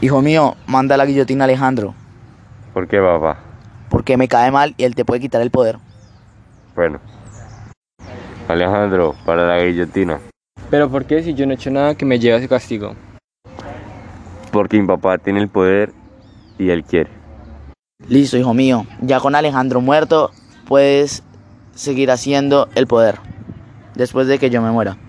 Hijo mío, manda la guillotina a Alejandro, ¿Por qué, papá? porque me cae mal y él te puede quitar el poder. Bueno. Alejandro, para la guillotina. Pero ¿por qué si yo no he hecho nada que me lleve a ese castigo? Porque mi papá tiene el poder y él quiere. Listo, hijo mío, ya con Alejandro muerto, puedes seguir haciendo el poder después de que yo me muera.